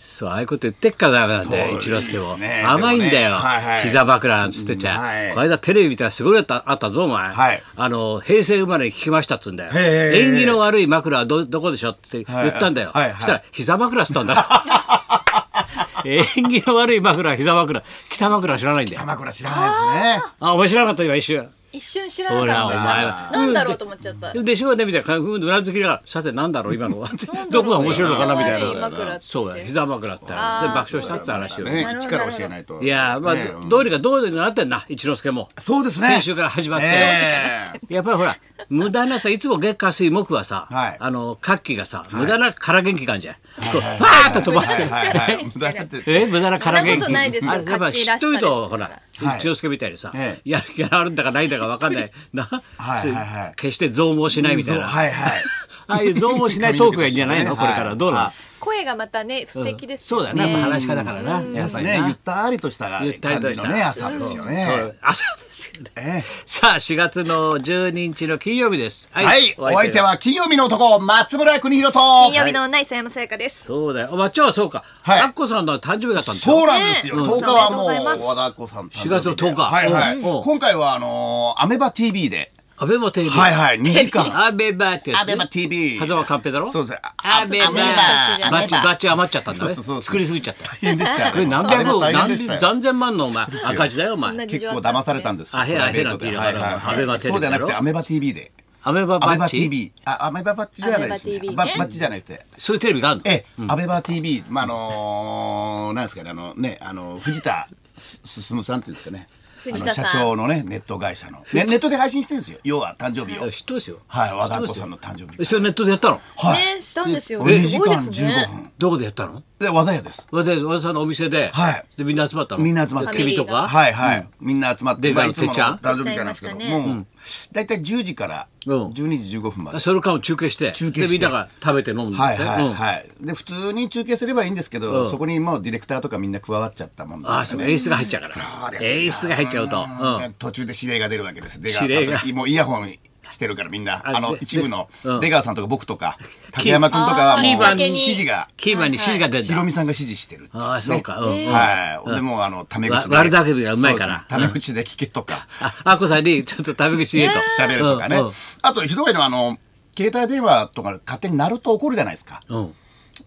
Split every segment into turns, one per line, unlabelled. そう、ああいうこと言ってっからだからね、
そう
一之輔
いい
も。
ですね
甘いんだ
でも
よ、
ねはいはい
膝枕なんつってちゃ。
はい
この間テレビ見たらすごいやったあったぞ、お前。
はい
あの、平成生まれに聞きましたっつうんだよ。
へえ
縁起の悪い枕はど、どこでしょって言ったんだよ。
はいはい
そしたら、膝枕したんだ から。縁起の悪い枕は膝枕。北枕知らないんだよ。
鎌倉知らないですね。
あ、面白かった今一瞬。
一瞬知らなかった
ほらお前は
なんだろうと思っちゃった
でしょうねみたいな感じでうなずきがさてなんだろう今のは どこが面白いのかなみたい
なんだろうね
な
枕っつって
そうだよ膝枕ってで爆
あー
笑したって話を
ね
なるほど
一から教えないと。
いやーまあ、
ね
どうにかどうにかなってんな一之輔も
そうですね。
先週から始まって
ええ
やっぱりほら無駄なさいつも月火水木はさ、
はい
あの活気がさ、無駄な空元気があるじゃん、こうファーッと飛ばして、
はいはいはい。無駄になって
え無駄な空元気
そんなことないですよ
あやっぱ
活気
知
ら
っ
しさ
と
で
い
す
とほら
はい
一之輔みたいにさ、
え
やる気があるんだかないんだか分かんないな、
はいはいはい
決して増毛しないみたいな、
はいはい。
ああいう増毛しないトークがいいんじゃないの、これからどうなの、
声がまたね素敵です
そう
よ
だ
ね、
ね、まあ、話し方からな、や
や
っ
っ
ぱり
ぱり
な
ね、ゆったりとした
ゆったり
感
とし
じ
た
のね、朝ですよ
そう
ね。
朝ですよね、
ええ
さあ4月の12日の金曜日ですは
はい、お相手は金曜日の男、松村邦弘と。
金曜日の女磯山さやかです、
そうだよまあ今日はそうか、
はい
あっこさんの誕生日だったんですよ
そうなんですよ。
ねえ
10日はもう
おめでとうございます
和田アキ子さん誕生日で。
4月の10日
はいは
うん
い。
うん
今回はあのーアメバ TV で。
アベマテレビ
はいはい、2 時間。
アベマってやつ
アベバ TV。
狭間寛平だろ
そうですね。
アベマ
アメ
バッチ
バアメバ
バッチ余っちゃったんだね
そうそうそう
作りすぎちゃった
大変でしたよ
これ何百
あれも大変
何
でした
十
よ
何千万のお前赤字だよお前
結構騙されたんですよ。
あへあへなんて言いながら
はいはいはい
アベマテレビ
そうじゃなくて、アメバ TV で。
アベマ
ア
バ
メ
ッ
バ
チ
TV。あ、アメババッチじゃないですね
アメバ TV。ね
ババッチじゃなくて。
そういうテレビがあるの
ええ、アベバ TV、まあ、あのー、なんですかね、あのね、あの、藤田す進さんっていうんですかね。
藤
あ
田
の
さん
社長のね、ネット会社の。ねネットで配信してるんですよ。要は誕生日を。
知ってますよ
はい、和田アキ子さんの誕生日。
それネットでやったの
はい。
ねしたんですよ
2
ね
時間
すごいですね
15分。
どこでやったの
で、和田屋です。
で和田さんのお店で,、
はい
でみんな集まったの
みんな集まって
君とか、
はいはい、みんな集まって、
で
まあ
て
い
っ
つもの
ちゃん
誕生日会なんですけど、
てっちゃんいましたね
もう、だいたい10時から
うん
12時15分まで。
それからも中継して
中継して
でみんなが食べて飲んで、
はいは
う
い
ん
はい。で、普通に中継すればいいんですけど、
うん
そこにもうディレクターとかみんな加わっちゃったもんです
ああ
か
そ
ら
う
ね。
演出が入っちゃうから
そうですよ
演出が入っちゃうと、うん
うん途中で指令が出るわけです。出
指令
川
が
さんともうイヤホンしてるからみんな、
あ
あの
で
一部の
でうん
出川さんとか僕とか竹山君とかは
キー
も
パー
う
に
指示が
キーマンに指示が出るん
ひ
だ、
ろみさんが指示してるっていね。
ああそうか、うんうん
はい。でもうあのタメ口で
わ悪巧みがうまいから
そうですタメ口で聞けとか
ああこさんにちょっと食べ口言えと
喋るとかね
うんうん。
あとひどいのはあの携帯電話とか勝手に鳴ると怒るじゃないですか。
うん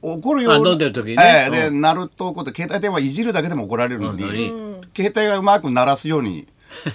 怒るよう
あ
な
飲んでる時にね
ええで、鳴るとこと携帯電話いじるだけでも怒られるのに、
うんいい
携帯がうまく鳴らすように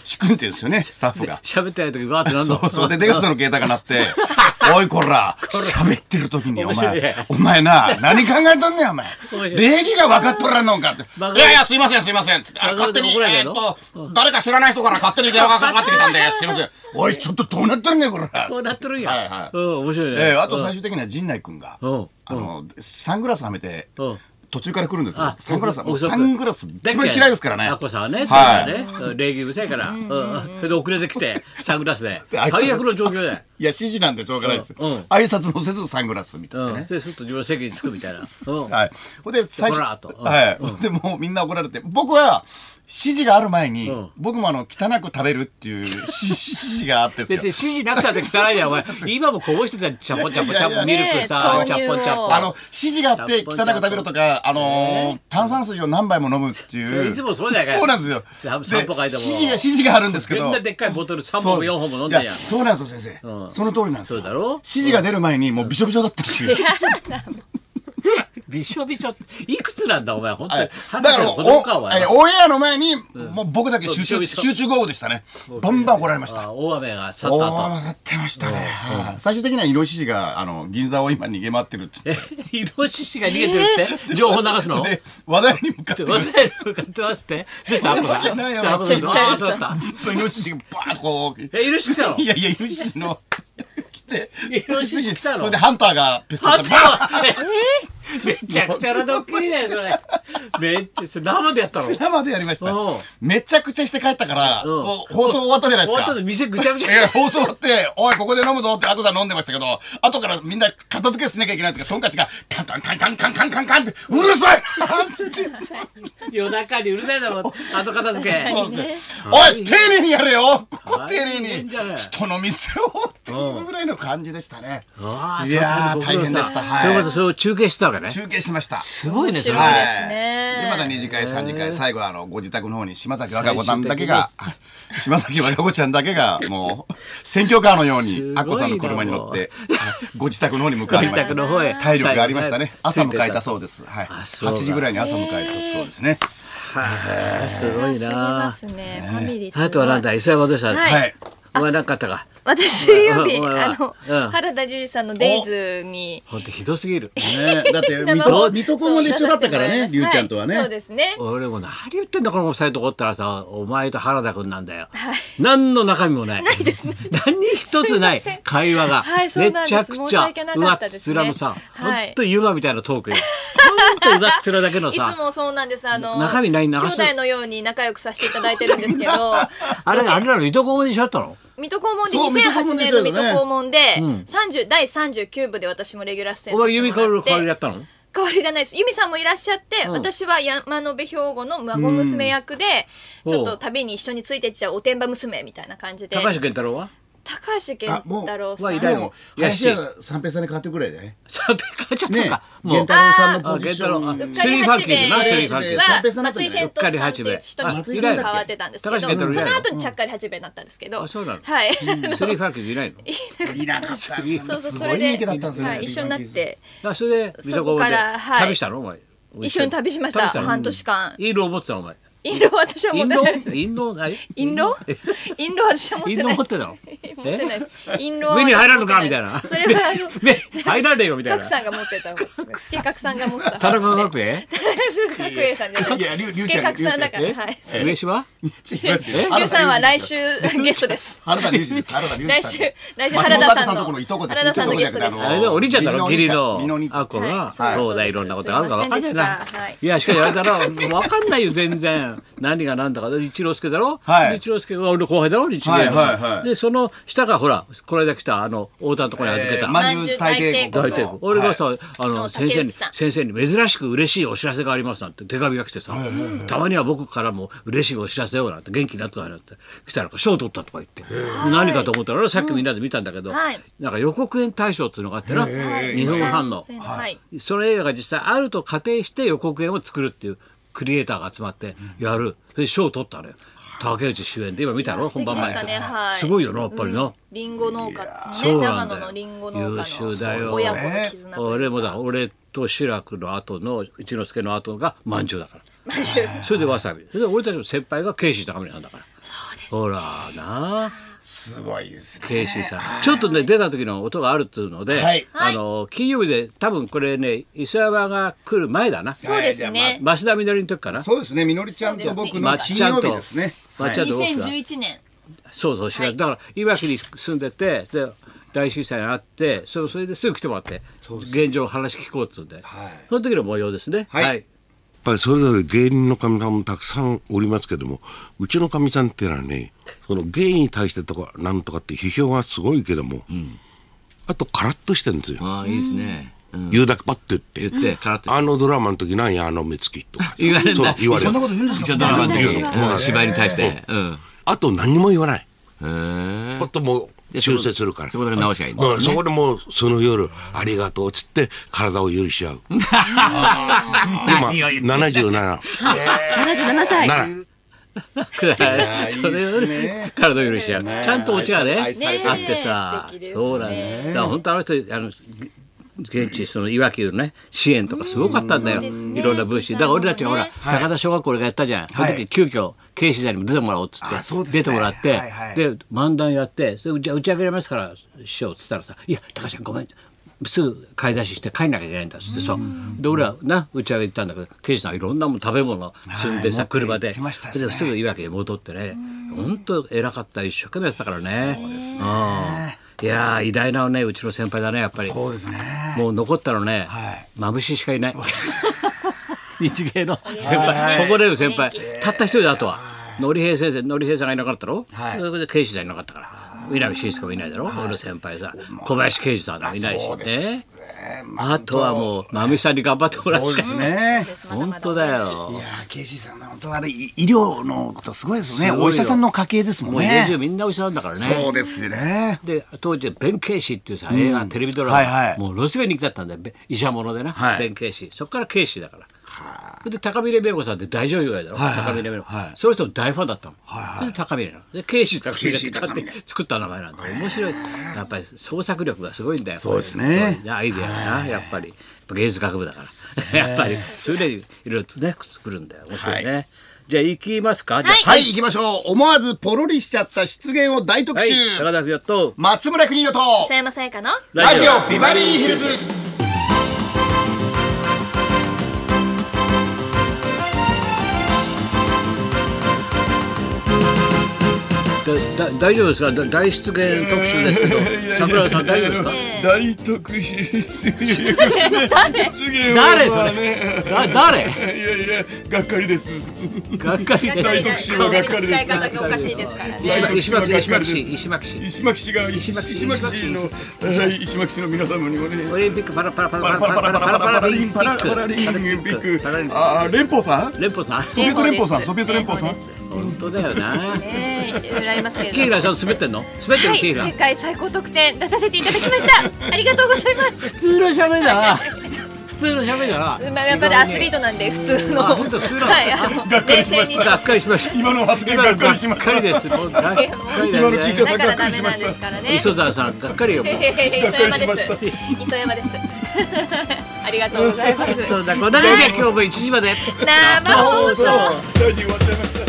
仕組んでるんです よねスタッフが。
喋ってない時わーってなん
そ
の
うそうで出川さんの携帯が鳴 って「おいこら喋ってる時にお
面白い
前お前な何考えとんねんお前
面白い
礼儀が分かっとらんのんか」って
バカ
「いやいやすいませんすいません」ってあ
バカ
勝手に
怒られ
え
る
ー
の
っと誰か知らない人から勝手に電話がかかってきたんですいませんおいちょっとどうなっとんねんこら」
こうなっとるんや、
はいはい
うん面白いね、
ええあと
うん
最終的には陣内君が、
うん
あのサングラスはめて、
うん
途中から来るんですけど
あ、
サングラスは
遅く
サングラス一番嫌いですからね
あっこさんはね、そうだ
はい
ね、うん礼儀うるさいから、うんそれで遅れてきて、サングラスで、
あいつ
最悪の状況で、
いや指示なんでしょうがないです、
うんうん
挨拶もせずサングラスみたいな
う
ね
ん、、それすっと自分の席に着くみたいな、うん
はいほんで最初
こらーとうん
はい、でもうみんな怒られて僕は指示がある前に、
うん
僕もあの汚く食べるっ ていう指示があってです
別に
よ
指示なくたって汚いじゃん、お前。今もこぼしてたじゃん、ちゃぽちゃぽちゃぽ、
い
ミ
や
ル
いや
クさ
ね、え
ちゃぽちゃぽ。
あの指示があって汚く食べるとか、あのー炭酸水を何杯も飲むって
それ
いう
いつもそうじゃないか
そうなんですよ
さ
で
散歩会でも
指示が指示があるんですけ
こ
ど
んなでっかいボトル3
そ
本
う
も4本も飲んだ
い
じゃ
や
ん。
そうなんですよ先生、
うん
その通りなんですよ
そうだろ
指示が出る前にもうびしょびしょだっ たっていう、
びしょびしょって。いくつなんだ、お前、本当
はい
に。博
だか
士
ら
の
お
子供か、お前
え
は。
オンエアの前に、もう僕だけ集
そうび
中
しょびしょ
集中豪雨でしたねバンバン怒られました
あ大雨が去
お
った
お
後。
なってましたね、はい最終的にはイノシシがあの銀座を今逃げ回ってるって
え、 イノシシが逃げてるって情報流すの
で話題に向かってくる
私に向かってますって。どうしたアッコさん。
い
ど
や
う
いやい
し
や
たアッコさん。ああ、
絶対
そうだった。
イノシシがバーッとこう
え、イノシシ来たの
いやいや、イノシシの。来て。
イノシシ来たの
それでハンターがピストル
あっ
でバーン
たえめちゃくちゃなドッキリだよ、それ。めっちゃそれ生でやったの
生でやりました
うん。
めちゃくちゃして帰ったから、
うん
こう放送終わったじゃないで
終わ
す
ったの
か。
店ぐちゃぐちゃ
いや、放送終わって、おい、ここで飲むぞって後で飲んでましたけど、後からみんな片付けしなきゃいけないんですけど、そのかちが、カンカンカンカンカンカンカンカンって、うるさいなんつって。
夜中にうるさいだろ後片付け
そうですよおい、丁寧にやれよここ丁
大
寧
変
に
じゃない
人の店をっていうぐらいの感じでしたね。
ああ
いや
そういうこ
ー
と
大変でしたはい
そういうことそれを中継してたわけね
中継しました。
すごいねそれ
面白
はい
ですね
はいでまた二次会三次会最後はあのご自宅の方に島崎和歌子さんだけがはい島崎和歌子ちゃんだけがもう選挙カーのよう
す
に
ごいな
アッコさんの車に乗ってはいご自宅の方に向かいま
自
した
宅の方へ
体力がありましたね朝迎えた
う
そうですはい
あそう
8
だ
時ぐらいに朝迎えたそうですね
すごいな
すね。ファミリーすごい。
あとはなんだ磯山はどうした
はい
はい
お前なんかあったか
私水曜日
うんうん
あの、
うん
原田龍二さんのデイズに。
ほんとひどすぎ る
ねだって水
生
戸水戸黄門で一緒だったからねりゅうちゃんとはね
いそうですね。
俺もう何言ってんだこのサイトおったらさお前と原田君なんだよ、何の中身も ない
ないですね
何一つない
すいません
会話が、
はいそうなんです
めちゃく
申
ち
し
ゃ
訳な
う
か
わ
っ
った
です
つ
ね
らのさ、
はい
ほんと優雅みたいなトー クよほんとうわっつらだけの
い
さ
つもそうなんです。あの
中身ないな
兄弟のように仲良くさせていただいてるんですけど、
あれあれらのいとこまでしちゃったの
水戸黄門で
そう
2008年の水戸黄門で
ん
30第39部で私もレギュラー出演
お
さ
前
せて
指
も
かわりの代わり
らって
やったの
代わりじゃないです由美さんもいらっしゃって、
うん
私は山野辺兵庫の孫娘役で、
うん
ちょっと旅に一緒についてっちゃうおてんば娘みたいな感じで
高橋健太郎は
高橋健太郎さ
あもうはい
ん
いらっしゃる
もう林家三平さんに変わってくれね
さて変わっちゃった
ね
か、
源太郎さんのポジショ
あ源
ン
太スリーファンキーズな
うっかり
スリーファンキーズ
三平さ
は
んだった
松
ん
井
だよ
天童さんっ
うっかり八兵衛
ていう人に人に変わってたんですけど
あ
そ
松井さんだっけ
の後にちゃっかり八兵衛になったんですけど、
あそうなの
はい、
スリーファンキーズいないの
いなかったす
そうそうそ
ご
れ
い
で
人気だったんですよ
はい、一緒になって
あそれで水戸黄
そこ
門
か
で
らはい
旅したのお前
一緒に旅しました
の
半年間
インロ持ってたのお前
印籠私は持
イ
っ
ン
て
ロ
ないです
インロ何
印籠印籠私は持ってな
印籠
いです
持ってたの
持ってないです印籠は
目に入らんのか
持
み
って
たいな
それはあの
目入らねえよみたい
角
な
さんが持ってた方ですね。角さんが持ってた。
田中角栄
角栄さんじゃない
いやりゅうりゅうちゃん
角さんだから。
え
はい。
上島
違いますよ
龍さんは来週ゲストです。
原田龍二です。原田龍二
来
さん
週
です。
来週
松
原
本
田
明
さん
とこ
の
のいとこです。
原田さんの
いとこじゃ
ゲス
なく
トで
て。
す
あれでお兄ちゃんだろ義理の
義理のお兄ちゃん
あっこが
はい
兄
そう
弟
です
いろんなことがあるから分かんない
すい
な
ませんでしたはい
いやしかしあれだろ分かんないよ全然何が何だか一之輔だろ
はい
で一之輔が俺の後輩だろ一之
はいはいはい
でその下がほらこの間来たあの太田のところに預けた
まんじゅう大帝
大
国
体
と。
俺がさ、あ
そ
の
う
先生
竹
に
内さん
先生に珍しく嬉しいお知らせがありますなんて手紙が来てさ、たまには僕からも嬉しいお知らせをなんて元気になったからなんて来たら賞取ったとか言って何かと思ったら俺さっきみんなで見たんだけど、
はい
なんか予告編大賞っていうのがあってな2分半の。
はい。
それ映画が実際あると仮定して予告編を作るっていうクリエイターが集まってやる、それで賞を取ったのよ竹内主演で今見たろ本
素敵
番
で
前
したね。はい。
すごいよなやっぱりな。
リンゴ農家の
そ
ね
うな
長
んだよ
野のリンゴ農
優
家
秀だよ
の親子の絆とい
俺
うか。
もだ俺と志らくの後の一之輔の後がまんじゅうだからそれでわさびそれで俺たちの先輩が慶州高森なんだからほらなあ
すごいですね。
慶州さんちょっとね出た時の音があるっつうので、
はい
あの金曜日で多分これね磯山が来る前だな
そうですね。
増田みのりの時かな
そうですね。みのりちゃんと僕の金曜日ですね。
まっちゃんと僕が
2011年。
そうそう知ら
はい
だからいわきに住んでてで大震災があってそれそれですぐ来てもらって現状の話聞こうっつうんで、
はい
その時の模様ですね
はい
やっぱりそれぞれ芸人のかみさんもたくさんおりますけどもうちのかみさんっていうのはねその芸に対してとかなんとかって批評がすごいけども、あとカラッとしてるんですよ、
ああいいですね、うん
言うだけパッと
言
言っ。
っててカラッと
あのドラマの時なんやあの目つきとか
言われるんだ
そう言われ
そ
る
んなこと言うんですか。
ドラマの時
言うの
うん芝居に対してうん
あと何も言わない
へえ
こともう修正するから
そこで直しゃいいんだ
うんそこでもうその夜ありがとうっつって体を許し合う今77
77歳。
7
それをね体を許しちゃうちゃんとオチがねあ
愛されてる
ってさ
ねえ素敵ですね
そうだねだから本当あの人あの現地そのいわきのね支援とかすごかったんだよ
そうですね
いろんな物資だから俺たちがほら
震
高田小学校俺がやったじゃんその時急遽警視座にも出てもらおうっつ
あそう
っ
で
て出て
すね
もらって
はいはい
で漫談やってそれじゃあ打ち上げられますから師匠っつったらさ「いや高ちゃんごめん」すぐ買い出しして帰んなきゃいけないんだっつってさで俺はな打ち上げ行ったんだけど刑事さんいろんなもん食べ物積んでさ
はい持って
車で
行ってましたね
それですぐいわきに戻ってね本当偉かった一生懸命やってたからねうんいやー偉大なねうちの先輩だねやっぱり
そうですね。
もう残ったのね
はい
眩しいしかいない日芸の先輩誇れる先輩たった一人だあとは典平先生典平さんがいなかったろ
はい
それで刑事さんいなかったから南信介もいないだろ俺の先輩さ小林刑事さんもいないし
そうで
ね
すね。ま
あとはもうまみさんに頑張ってもら
そう
う
で
し
す
か
ね。
本当だ
い
よ
やー、ケイシーさん、本当あれ、い医療のことすごいですよ
す
ね。
ごいよ
お医者さんの家系ですも
も
ん
う家中
ね。
みんなお医者なんだからね
そうですね。
ね
で当時「弁慶師」っていうさ映画、テレビドラマ、
はいはい
もうロスが人気だったんだよべ医者者でな、
はい
弁慶師そこから慶師だから。で高峰弁子さんって大女優だろ、
はいはい
高峰弁子、
はい
その人の大ファンだったの、
はい
で高峰ので慶師高峰っ
慶師
て
高峰
勝手に作った名前なんだ面白いやっぱり創作力がすごいんだよ
そうですね
すごいアイデアがな、やっぱりやっぱ芸術学部だからやっぱりそれでいろいろとね作るんだよ面白いね、じゃあ行きますか、じゃあ
はい、行きましょう。思わずポロリしちゃった失言を大特
はい
集。
高田文夫と
松村邦洋と、
磯山さやかの
ラジオビバリーヒルズ。
だだ大丈夫ですかだ大失言特集ですけど桜田さん大丈夫ですか
大特集。
誰それだ誰
いやいや、がっかりです。
がっかりで
大
す
特集のがっかりです
使い方がおかしいですからね。
石巻石巻
です
市石巻市
石巻市が
石巻市
石巻市のはい石巻市の皆様にもね
オリンピックパラパラパラ
パラパラパラパラパラリンパラパラリンピッ
パラリン
クあー連邦さんソ
連邦さん
ビエト連邦さんソビエト連邦さん
英語です
本当だよな
ねえ、いろいろありますけれど
キ
も
ーラちゃんと滑ってんの滑ってる
はい、
キーラ
世界最高得点出させていただきました。ありがとうございます。
普通の喋りだな普通の喋りだな
まあ、やっぱりアスリートなんで、普通の。
あ本当普通なの
はい、あの、
がっかりしました
冷静に
がっかりしました
今の発言
今
がっ
の
か
が
りしま
っ
した
かりですもうがっかりだよね
今の聞いて
だからダメなんですからね。
磯沢さんがっかりよもう
いやいやいや磯山で
がっか
す。磯山です。 ありがとうございます。
そうだこんな感じで今日も1時まで
生放送。
大臣終わっちゃいました